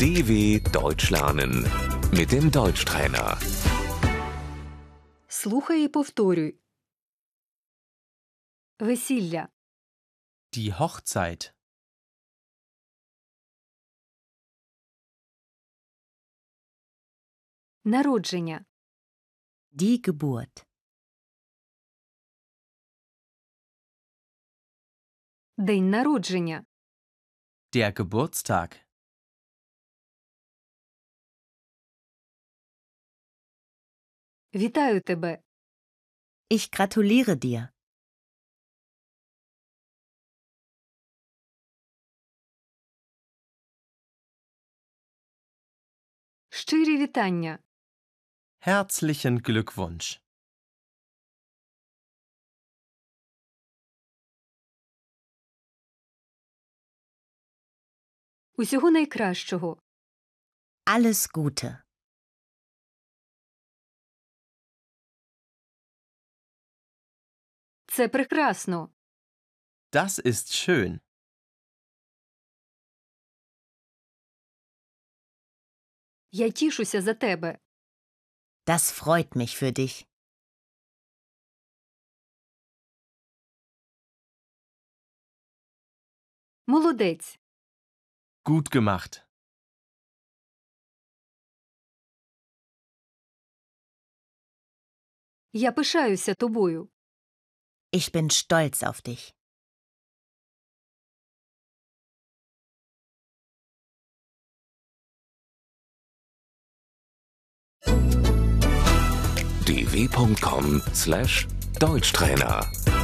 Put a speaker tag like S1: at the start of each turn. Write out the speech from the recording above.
S1: DW Deutsch lernen mit dem Deutschtrainer.
S2: Слухай і повторюй. Весілля,
S3: Die Hochzeit.
S2: народження,
S4: Die Geburt.
S2: день народження,
S3: Der Geburtstag.
S2: вітаю тебе,
S4: Ich gratuliere dir.
S2: щирі вітання,
S3: Herzlichen Glückwunsch.
S2: усього найкращого,
S4: Alles Gute.
S2: це прекрасно,
S3: Das ist schön.
S2: я тішуся за тебе,
S4: Das freut mich für dich.
S2: молодець,
S3: Gut gemacht.
S2: я пишаюся тобою,
S4: Ich bin stolz auf dich.
S1: dw.com/deutschtrainer